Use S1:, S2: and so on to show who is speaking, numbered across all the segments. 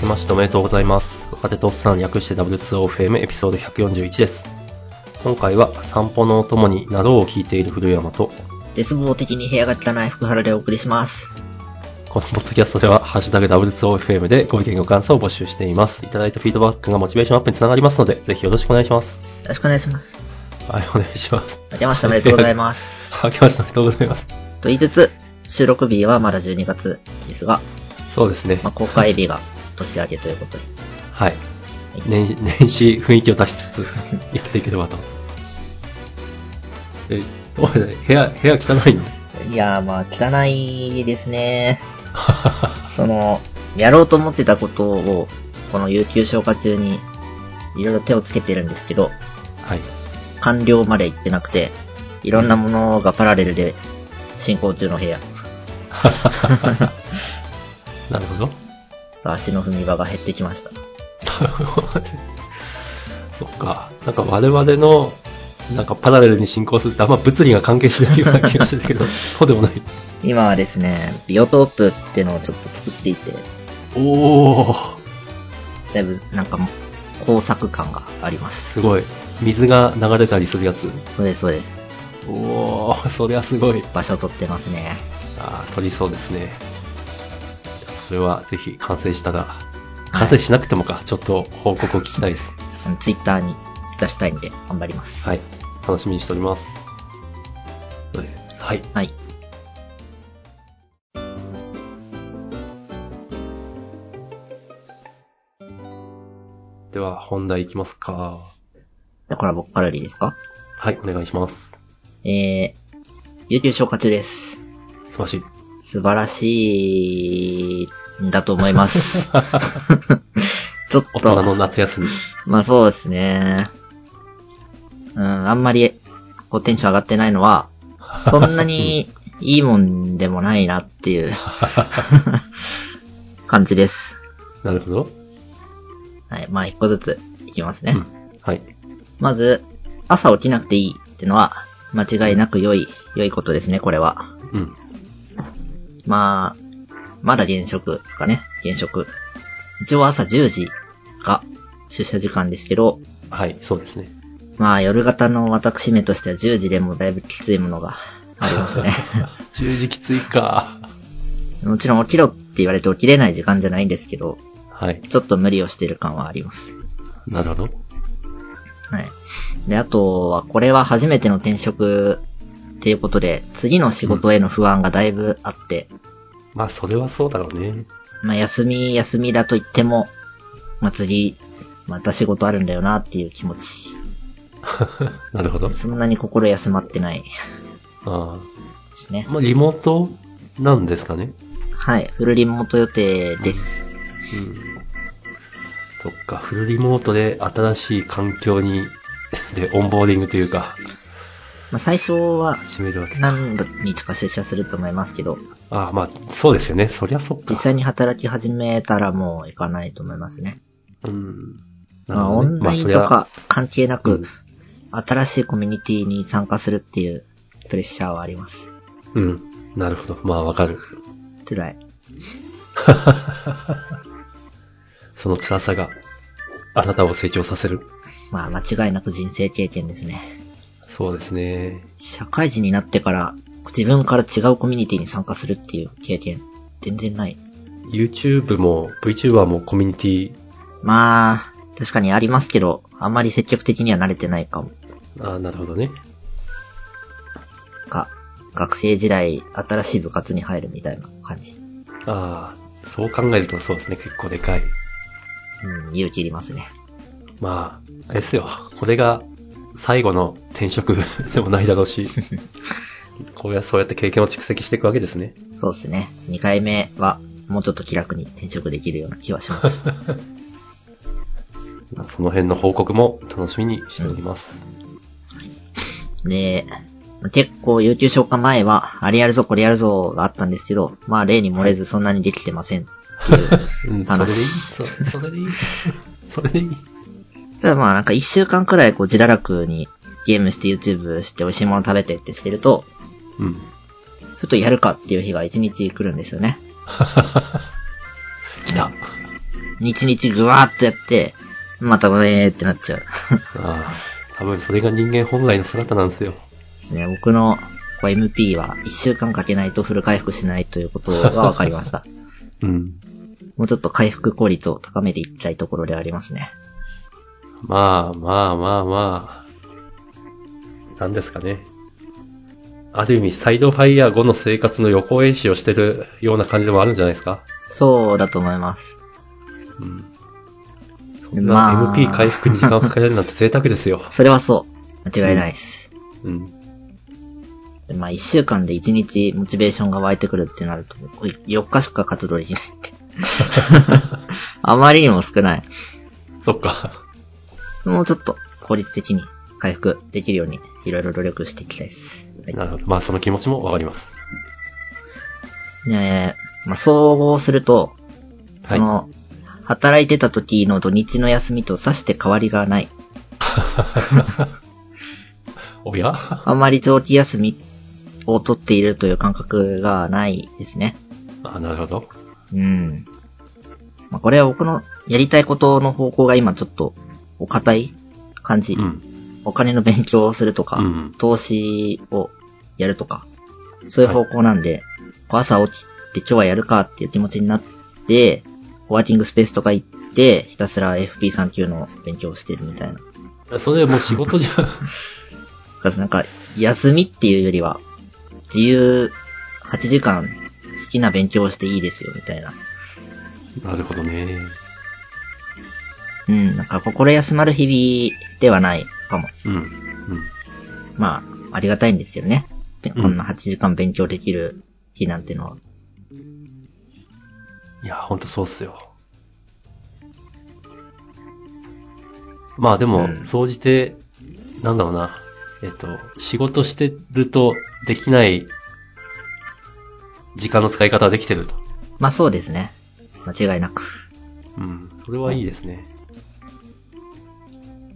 S1: けましておめでとうございます。若手とおっさん略して W2OFM エピソード141です。今回は散歩のお供になろうを聞いている古山と、
S2: 絶望的に部屋が汚い福原でお送りします。
S1: このポッドキャストでは、ハッシュタグ W2OFM でご意見ご感想を募集しています。いただいたフィードバックがモチベーションアップにつながりますので、ぜひよろしくお願いします。
S2: よろしくお願いします。
S1: はい、お願いします。
S2: 明けましておめでとうございます。
S1: 明けましておめでとうございます。
S2: と言いつつ、収録日はまだ12月ですが、
S1: そうですね
S2: ま。あ、公開日が年明けということで。
S1: はい。年始、年始雰囲気を出し つつ、やっていければと。え、おい、部屋、部屋汚いの
S2: いやーまあ、汚いです ね。その、やろうと思ってたことを、この有給消化中に、いろいろ手をつけてるんですけど、
S1: はい。
S2: 完了まで行ってなくて、いろんなものがパラレルで進行中の部屋。ち
S1: なるほど。
S2: ょっと足の踏み場が減ってきました。
S1: そっか。なんか我々の、なんかパラレルに進行するってあんま物理が関係しないような気がしてる けど、そうでもない。
S2: 今はですね、ビオトープってのをちょっと作っていて、
S1: おー、
S2: だいぶなんか工作感があります。
S1: すごい。水が流れたりするやつ。
S2: そうです、そうです。
S1: おー、そりゃすごい。
S2: 場所取ってますね。
S1: あー、取りそうですね。それはぜひ完成したら、完成しなくてもか、ちょっと報告を聞きたいです。
S2: ツイッターに出したいんで頑張ります。
S1: はい。楽しみにしております。はい。
S2: はい。
S1: では、本題いきますか。
S2: だから僕からでいいですか
S1: はい、お願いします。
S2: えー、有給消化中です。
S1: 素晴らしい。
S2: 素晴らしい、んだと思い ます。ちょっ
S1: 大人の
S2: と、
S1: 夏休み。
S2: まあそうですね。うん、あんまり、こうテンション上がってない のは、そんなにいいもんでもないなっていう 感じです。
S1: なるほど。
S2: はい。まあ、一個ずついきますね。
S1: うん。はい。
S2: まず、朝起きなくていいってのは、間違いなく良い、良いことですね、これは。
S1: うん。
S2: まあ、まだ現職ですかね。現職。一応朝10時が出社時間ですけど、
S1: はい、そうですね。
S2: まあ、夜型の私めとしては10時でもだいぶきついものがありますね。
S1: 十時きついか。
S2: もちろん起きろって言われて起きれない時間じゃないんですけど、
S1: はい。
S2: ちょっと無理をしてる感はあります。
S1: なるほど。
S2: はい。で、あとは、これは初めての転職っていうことで、次の仕事への不安がだいぶあって、
S1: まあ、それはそうだろうね。
S2: まあ、休み、休みだと言っても、まあ、次、また仕事あるんだよなっていう気持ち。
S1: なるほど。
S2: そんなに心休まってないで
S1: あ
S2: すね
S1: あ。。まあ、リモートなんですかね。
S2: はい。フルリモート予定です。
S1: うん。そっか、フルリモートで新しい環境に、 で、オンボーディングというか、
S2: まあ、最初は、
S1: 始めるわけ。
S2: 何日か出社すると思いますけど、
S1: ああ、まあ、そうですよね。そりゃそっ
S2: 実
S1: か。
S2: 際に働き始めたらもう行かないと思いますね。
S1: うん。なる
S2: まあ、
S1: ほ
S2: オ
S1: どね
S2: ンラインと
S1: まあ
S2: か関係な
S1: うん
S2: く、新しいコミュニティに参加するっていうプレッシャーはあります。
S1: そりゃうん。なるほど。まあ、わかる。
S2: 辛い。
S1: その辛さが、あなたを成長させる。
S2: まあ、間違いなく人生経験ですね。
S1: そうですね。
S2: 社会人になってから、自分から違うコミュニティに参加するっていう経験、全然ない。
S1: YouTube も VTuber もコミュニティ、
S2: まあ、確かにありますけど、あんまり積極的には慣れてないかも。
S1: ああ、なるほどね。
S2: か、学生時代、新しい部活に入るみたいな感じ。
S1: ああ、そう考えるとそうですね。結構でかい。
S2: うん、勇気いりますね。
S1: まあ、あれですよ。これが最後の転職 でもないだろうし、こうやそうやって経験を蓄積していくわけですね。
S2: そうですね。2回目は、もうちょっと気楽に転職できるような気はします。
S1: まあその辺の報告も楽しみにしております。
S2: で、結構、有給消化前は、あれやるぞ、これやるぞ、があったんですけど、まあ、例に漏れずそんなにできてません。
S1: うん、それでいいそそれでいいそれでいい
S2: ただまあ、なんか一週間くらい、こう、自堕落にゲームして YouTube して美味しいもの食べてってしてると、
S1: うん。
S2: ふとや るかっていう日が一日来るんですよね。
S1: 来た。
S2: 日々ぐわーっとやって、またウェーってなっちゃう。
S1: ああ、多分それが人間本来の姿なんですよ。
S2: ですね、僕のこう MP は1週間かけないとフル回復しないということが分かりました。
S1: うん。
S2: もうちょっと回復効率を高めていきたいところではありますね。
S1: まあまあまあまあ。なんですかね。ある意味、サイドファイヤー後の生活の予行演習をしてるような感じでもあるんじゃないですか。
S2: そうだと思います。
S1: うん。そん
S2: ま
S1: な
S2: あ。
S1: MP 回復に時間をかけられるなんて贅沢ですよ
S2: それはそう。間違いないです。
S1: うん。
S2: でまあ1週間で1日モチベーションが湧いてくるってなると、4日しか活動できないんで。あまりにも少ない。
S1: そっか。
S2: もうちょっと効率的に回復できるようにいろいろ努力していきたいです。はい
S1: なるほど。まあその気持ちもわかります。
S2: ねえ、まあ、総合すると、
S1: はい
S2: そ。の、働いてた時の土日の休みとさして変わりがない。
S1: おや
S2: あんまり長期休みを取っているという感覚がないですね。
S1: あ、なるほど。
S2: うん。まあ、これは僕のやりたいことの方向が今ちょっとお堅い感じ。
S1: うん。
S2: お金の勉強をするとか、
S1: うん
S2: 投資をやるとか、そういう方向なんで、こう朝起きて今日はやるかっていう気持ちになって、ワーキングスペースとか行って、ひたすら FP3 級の勉強をしてるみたいな。
S1: それもう仕事じゃん。
S2: だからなんか、休みっていうよりは、自由8時間好きな勉強をしていいですよみたいな。
S1: なるほどね。
S2: うん、なんか心休まる日々ではないかも。
S1: うん。うん。
S2: まあ、ありがたいんですよね。で
S1: うん
S2: こんな8時間勉強できる日なんてのは。
S1: いや、ほんとそうっすよ。まあで
S2: う
S1: も、
S2: ん
S1: 総じて、なんだろうな。えっと、仕事してるとできない時間の使い方はできてると。
S2: まあそうですね。間違いなく。
S1: うん。それはいいですね。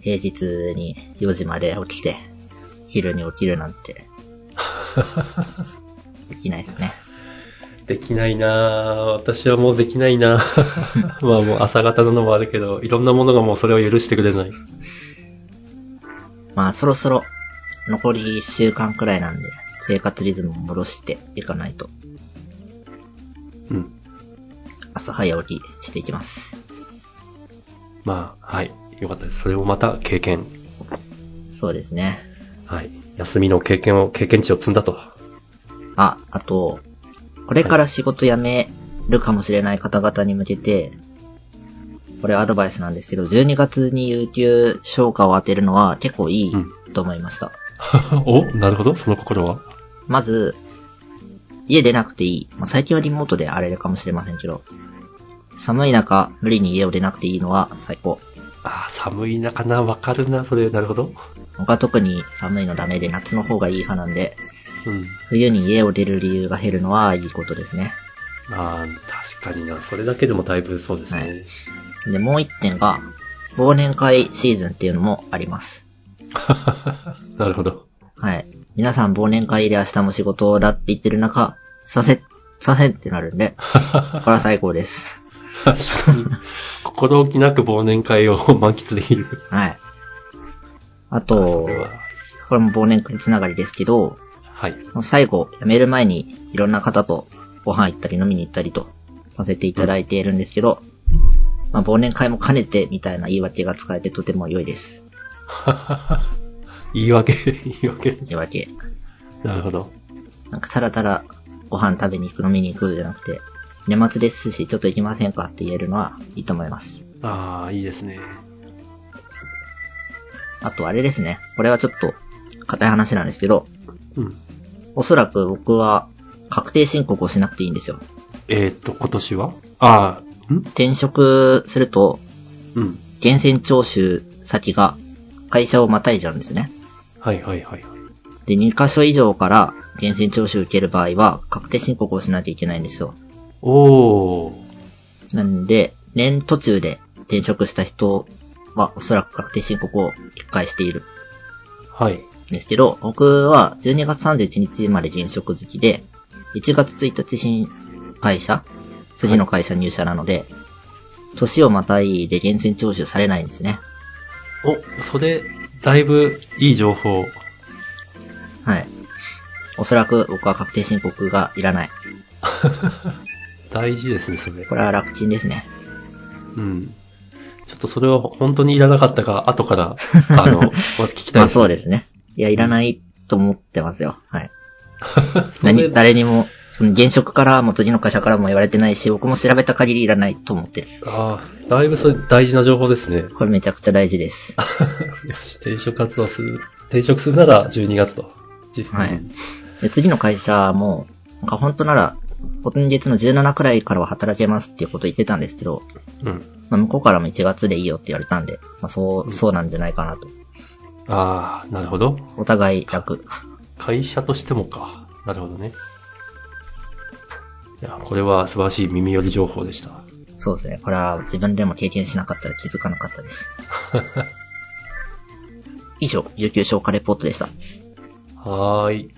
S2: 平日に4時まで起きて、昼に起きるなんて、できないですね。
S1: できないなぁ。私はもうできない なぁ。まあもう朝方なのもあるけど、いろんなものがもうそれを許してくれない。
S2: まあそろそろ、残り1週間くらいなんで、生活リズムを戻していかないと、
S1: うん。
S2: 朝早起きしていきます。
S1: まあ、はい。よかったです。それもまた経験。
S2: そうですね。
S1: はい。休みの経験を、経験値を積んだと。
S2: あ、あと、これから仕事辞めるかもしれない方々に向けて、これアドバイスなんですけど、12月に有給消化を当てるのは結構いいと思いました。
S1: おなるほど。その心は
S2: まず、家出なくていい。まあ、最近はリモートであれかもしれませんけど、寒い中、無理に家を出なくていいのは最高。
S1: ああ、寒い中な、わかるな、それ。なるほど。
S2: 僕は特に寒いのダメで夏の方がいい派なんで、
S1: うん。
S2: 冬に家を出る理由が減るのはいいことですね。
S1: ああ、確かにな。それだけでもだいぶそうですね。
S2: はいで、もう一点が、忘年会シーズンっていうのもあります。
S1: なるほど。
S2: はい。皆さん忘年会で明日も仕事だって言ってる中、させ、させってなるんで、これは最高です。
S1: 確かに。心置きなく忘年会を 満喫できる。
S2: はい。あと
S1: こ、れは
S2: これも忘年会つながりですけど、
S1: はい。
S2: 最後、辞める前にいろんな方とご飯行ったり飲みに行ったりとさせていただいているんですけど、まあ忘年会も兼ねてみたいな言い訳が使えてとても良いです。
S1: 言い訳、言い訳。
S2: 言い訳。
S1: なるほど。
S2: なんかただただご飯食べに行く、飲みに行くじゃなくて、年末ですし、ちょっと行きませんかって言えるのはいいと思います。
S1: ああ、いいですね。
S2: あとあれですね。これはちょっと硬い話なんですけど、
S1: うん。
S2: おそらく僕は確定申告をしなくていいんですよ。
S1: えー、っと、今年はああ、ん
S2: 転職すると、
S1: うん。
S2: 源泉徴収先が会社をまたいじゃうんですね。
S1: はいはいはい。
S2: で、2箇所以上から源泉徴収受ける場合は確定申告をしなきゃいけないんですよ。
S1: おー。
S2: なんで、年途中で転職した人はおそらく確定申告を1回している
S1: はい。
S2: んですけど、僕は12月31日まで現職好きで、1月1日新会社、次の会社入社なので、年をまたいで源泉徴収されないんですね。
S1: お、それ、だいぶいい情報。
S2: はい。おそらく僕は確定申告がいらない。
S1: 大事ですね、それ。
S2: これは楽ちんですね。
S1: うん。ちょっとそれは本当にいらなかったか、後から、あ の、ま聞きたい
S2: まあそう
S1: で
S2: ですね。いや、いらないと思ってますよ。はい。
S1: す。それ
S2: 何、誰にも、その現職からも次の会社からも言われてないし、僕も調べた限りいらないと思ってる。
S1: ああ、だいぶそれ大事な情報です ね。
S2: これめちゃくちゃ大 事です。
S1: よし、転職活動する、転職するなら12月と。じ
S2: はい。で、次の会社も、なんか本当なら、今月の17くらいからは働けますっていうこと言ってたんですけど、
S1: うん。
S2: まあ、向こうからも1月でいいよって言われたんで、まあ、そうう、
S1: ん
S2: そうなんじゃないかなと。
S1: ああ、なるほど。
S2: お互い楽。
S1: 会社としてもか。なるほどね。いや、これは素晴らしい耳寄り情報でした。
S2: そうですね。これは自分でも経験しなかったら気づかなかっ たです。以上、有給消化レポートでした。
S1: はーい。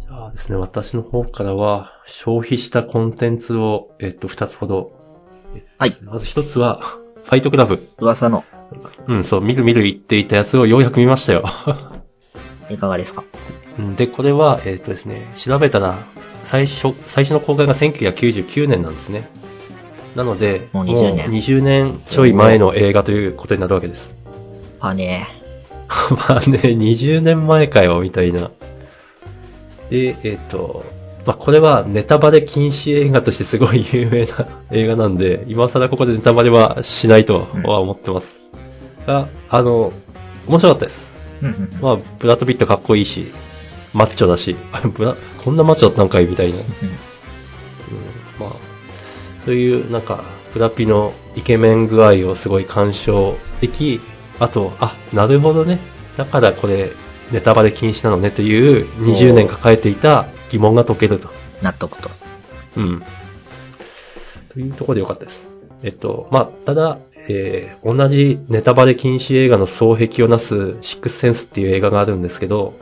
S1: じゃあですね、私の方からは、消費したコンテンツを、えっと、二つほど。
S2: はい。
S1: まず一つは、ファイトクラブ。
S2: 噂の、
S1: うん、そう、見る見る言っていたやつをようやく見ましたよ。
S2: いかがですか
S1: うんで、これは、えっ、とですね、調べたら、最初、最初の公開が1999年なんですね。なので、
S2: もう20年
S1: もう20年ちょい前の映画ということになるわけです。
S2: まあね、
S1: まあね、20年前かよ、みたいな。で、えっ、と、まあ、これはネタバレ禁止映画としてすごい有名な映画なんで、今更ここでネタバレはしないとは思ってます。が、あの、面白かったです。
S2: うんうんうん
S1: まあ、ブラッド・ピットかっこいいし、マッチョだし、 あブラこんなマッチョだったんかいみたいな。うん、まあ、そういう、なんか、ブラピのイケメン具合をすごい鑑賞でき、あと、あ、なるほどね。だからこれ、ネタバレ禁止なのねという20年抱えていた疑問が解けると。
S2: 納得と。
S1: うん。というところでよかったです。えっと、まあ、ただ、えー同じネタバレ禁止映画の双璧をなす、シックスセンスっていう映画があるんですけど、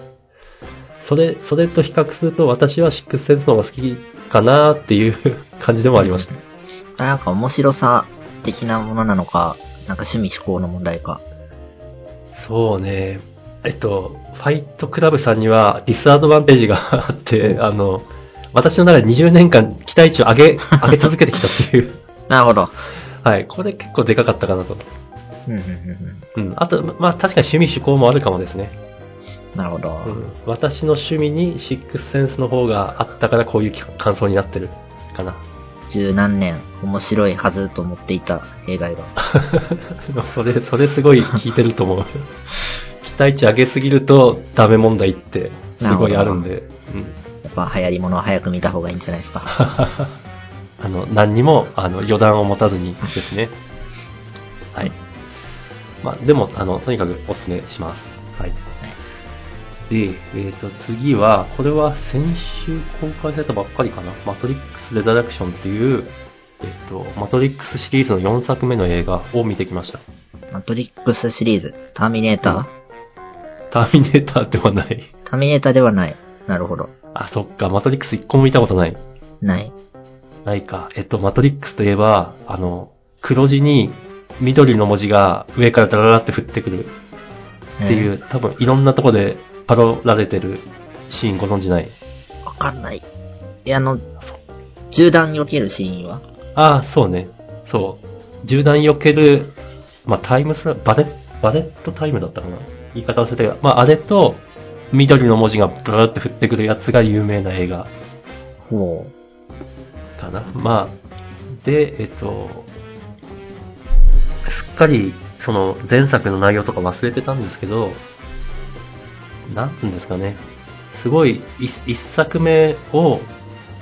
S1: それ、それと比較すると私はシックスセンスの方が好きかなっていう感じでもありました。
S2: あなんか面白さ的なものなのか、なんか趣味思考の問題か。
S1: そうね。えっと、ファイトクラブさんにはディスアドバンテージがあって、あの、私の中で20年間期待値を上げ、上げ続けてきたって いう。
S2: なるほど。
S1: はい。これ結構でかかったかなと。
S2: うんうんうんうん
S1: うん、あと、ままあ確かに趣味趣向もあるかもですね。
S2: なるほ
S1: う
S2: ど。
S1: ん、私の趣味にシックスセンスの方があったからこういう感想になってるかな。
S2: 十何年面白いはずと思っていた映画が。
S1: それ、それすごい聞いてると思う。 期待値上げすぎるとダメ問題ってすごいあるんで。うん、
S2: やっぱ流行り物は早く見た方がいいんじゃないですか。
S1: あの、何にも、あの、余談を持たずにですね。 はい。まあ、でも、あの、とにかくお勧めします。はい。で、えっ、と、次は、これは先週公開されたばっかりかな。マトリックス・レザレクションっていう、えっ、と、マトリックスシリーズの4作目の映画を見てきました。
S2: マトリックスシリーズ、ターミネーター、
S1: ターミネーターではない。
S2: ターミネーターではない。なるほど。
S1: あ、そっか、マトリックス1個も見たことない。
S2: ない。
S1: ないか。えっと、マトリックスといえば、あの、黒字に緑の文字が上からダラダラって降ってくるっていう、多分いろんなとこでパロられてるシーンご存知ない。
S2: えー。わかんない。いや、あの
S1: そう、
S2: 銃弾におけるシーンは
S1: ああ、そうね。そう。銃弾避ける、まあ、タイムスラバレ、バレットタイムだったかな。言い方忘れたけど、まあ、あれと、緑の文字がブラーって降ってくるやつが有名な映画
S2: ほ
S1: かな。まあ、で、えっと、すっかり、その、前作の内容とか忘れてたんですけど、なんつうんですかね。すごい、い一作目を、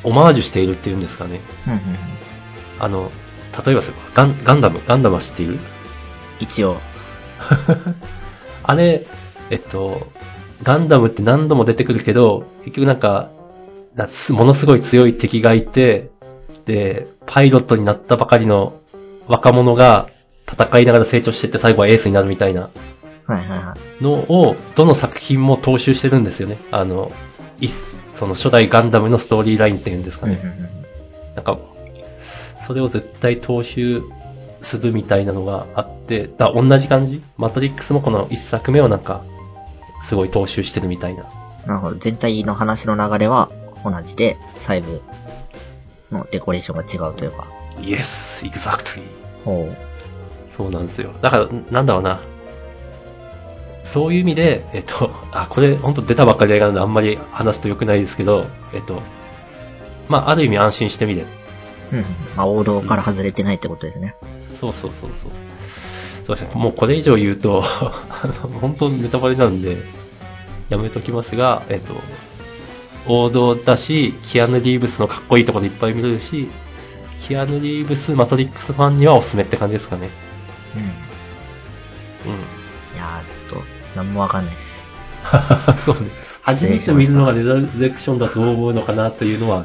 S1: オマージュしているっていうんですかね。
S2: う。うんうんうん。
S1: あの、例えばそれガン、ガンダム、ガンダムは知っている
S2: 一応、
S1: あれ、えっと、ガンダムって何度も出てくるけど、結局なんか、なすものすごい強い敵がいて、で、パイロットになったばかりの若者が戦いながら成長してって最後はエースになるみたいな
S2: あはいはいはい。
S1: のを、どの作品も踏襲してるんですよね。あの、いっその初代ガンダムのストーリーラインっていうんですか
S2: うんう
S1: ね。
S2: んうん
S1: なんか、それを絶対踏襲するみたいなのがあって、だ同じ感じマトリックスもこの一作目をなんか、すごい踏襲してるみたいな。
S2: なるほど。全体の話の流れは同じで、細部のデコレーションが違うというか。
S1: Yes, exactly.
S2: ほう。そう
S1: そうなんですよ。だから、なんだろうな。そういう意味で、えっと、あ、これ、ほんと出たばっかりの映画なんであんまり話すと良くないですけど、えっと、まあ、ある意味安心してみれる。
S2: うんうん。まあ、王道から外れてないってことですね。
S1: そうそうそうそう。そうですね。もうこれ以上言うと、 あの本当ネタバレなんで、やめときますが、えっと、王道だし、キアヌ・リーブスのかっこいいところいっぱい見れるし、キアヌ・リーブス、マトリックスファンにはおすすめって感じですかね。
S2: うん。
S1: う
S2: いやー、ちょっと、なんもわかんないです。
S1: ん。そうね。初めて見るのがレザレクションだと思うのかなというのは、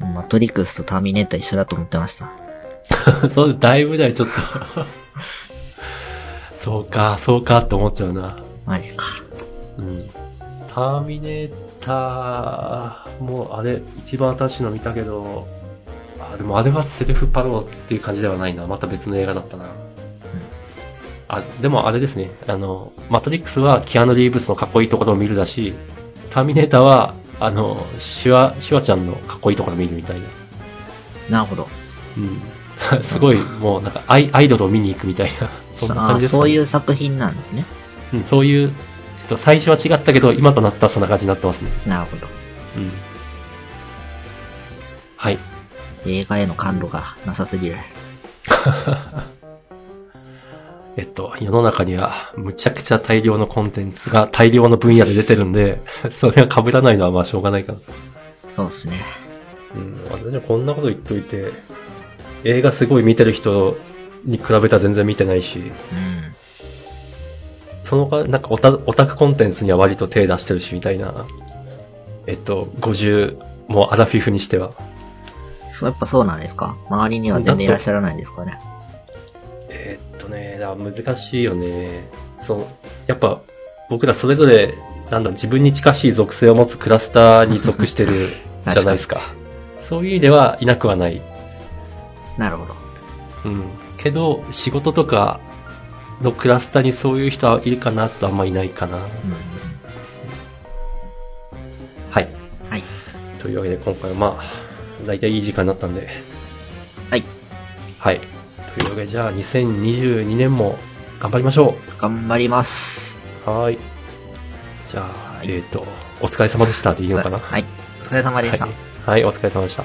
S2: マトリックスとターミネーター一緒だと思ってました。
S1: そう、だいぶだよ、ちょっと。そうか、そうかって思っちゃうな。
S2: マジか。
S1: うんターミネーターもあれ、一番新しいの見たけど、あ、でもあれはセルフパローっていう感じではないな。また別の映画だったな。あ、でもあれですね。あの、マトリックスはキアヌ・リーブスのかっこいいところを見るだし、ターミネーターは、あの、シュワ、シュワちゃんのかっこいいところを見るみたいな。
S2: なるほど。
S1: うん。 すごい、もうなんかアイ、アイドルを見に行くみたいな。そんな
S2: あ
S1: 感
S2: あ
S1: じで
S2: ー、
S1: すかね
S2: そういう作品なんですね。
S1: うん、そういう、えっと、最初は違ったけど、今となったらそんな感じになってますね。
S2: なるほど。
S1: うん。はい。
S2: 映画への感度がなさすぎる。
S1: えっと、世の中には、むちゃくちゃ大量のコンテンツが大量の分野で出てるんで、 それは被らないのはまあしょうがないかな。
S2: そうですね。
S1: うん、私はこんなこと言っといて、映画すごい見てる人に比べたら全然見てないし、
S2: うん。
S1: そのか、なんかオタオタクコンテンツには割と手出してるしみたいな。えっと、50、もうアラフィフにしては。
S2: そう、やっぱそうなんですか周りには全然いらっしゃらないんですかね。
S1: えーっとね、だから難しいよね。そう、やっぱ僕らそれぞれ、なんだ、自分に近しい属性を持つクラスターに属して るじゃないですか。そういう意味ではいなくはない。
S2: なるほど。
S1: うん。けど、仕事とかのクラスターにそういう人はいるかなってあんまいないかな。
S2: うんうん
S1: はい。
S2: うん。はい。
S1: というわけで今回はまあ、だいたいいい時間になったんで。
S2: はい。
S1: はい。というわけでじゃあ2022年も頑張りましょ
S2: 頑張ります。
S1: う。はーい。じゃあ、えっ、と、お疲れ様でしたでいいのかな
S2: はい。お疲れ様でした。
S1: はい、はいお疲れ様でした。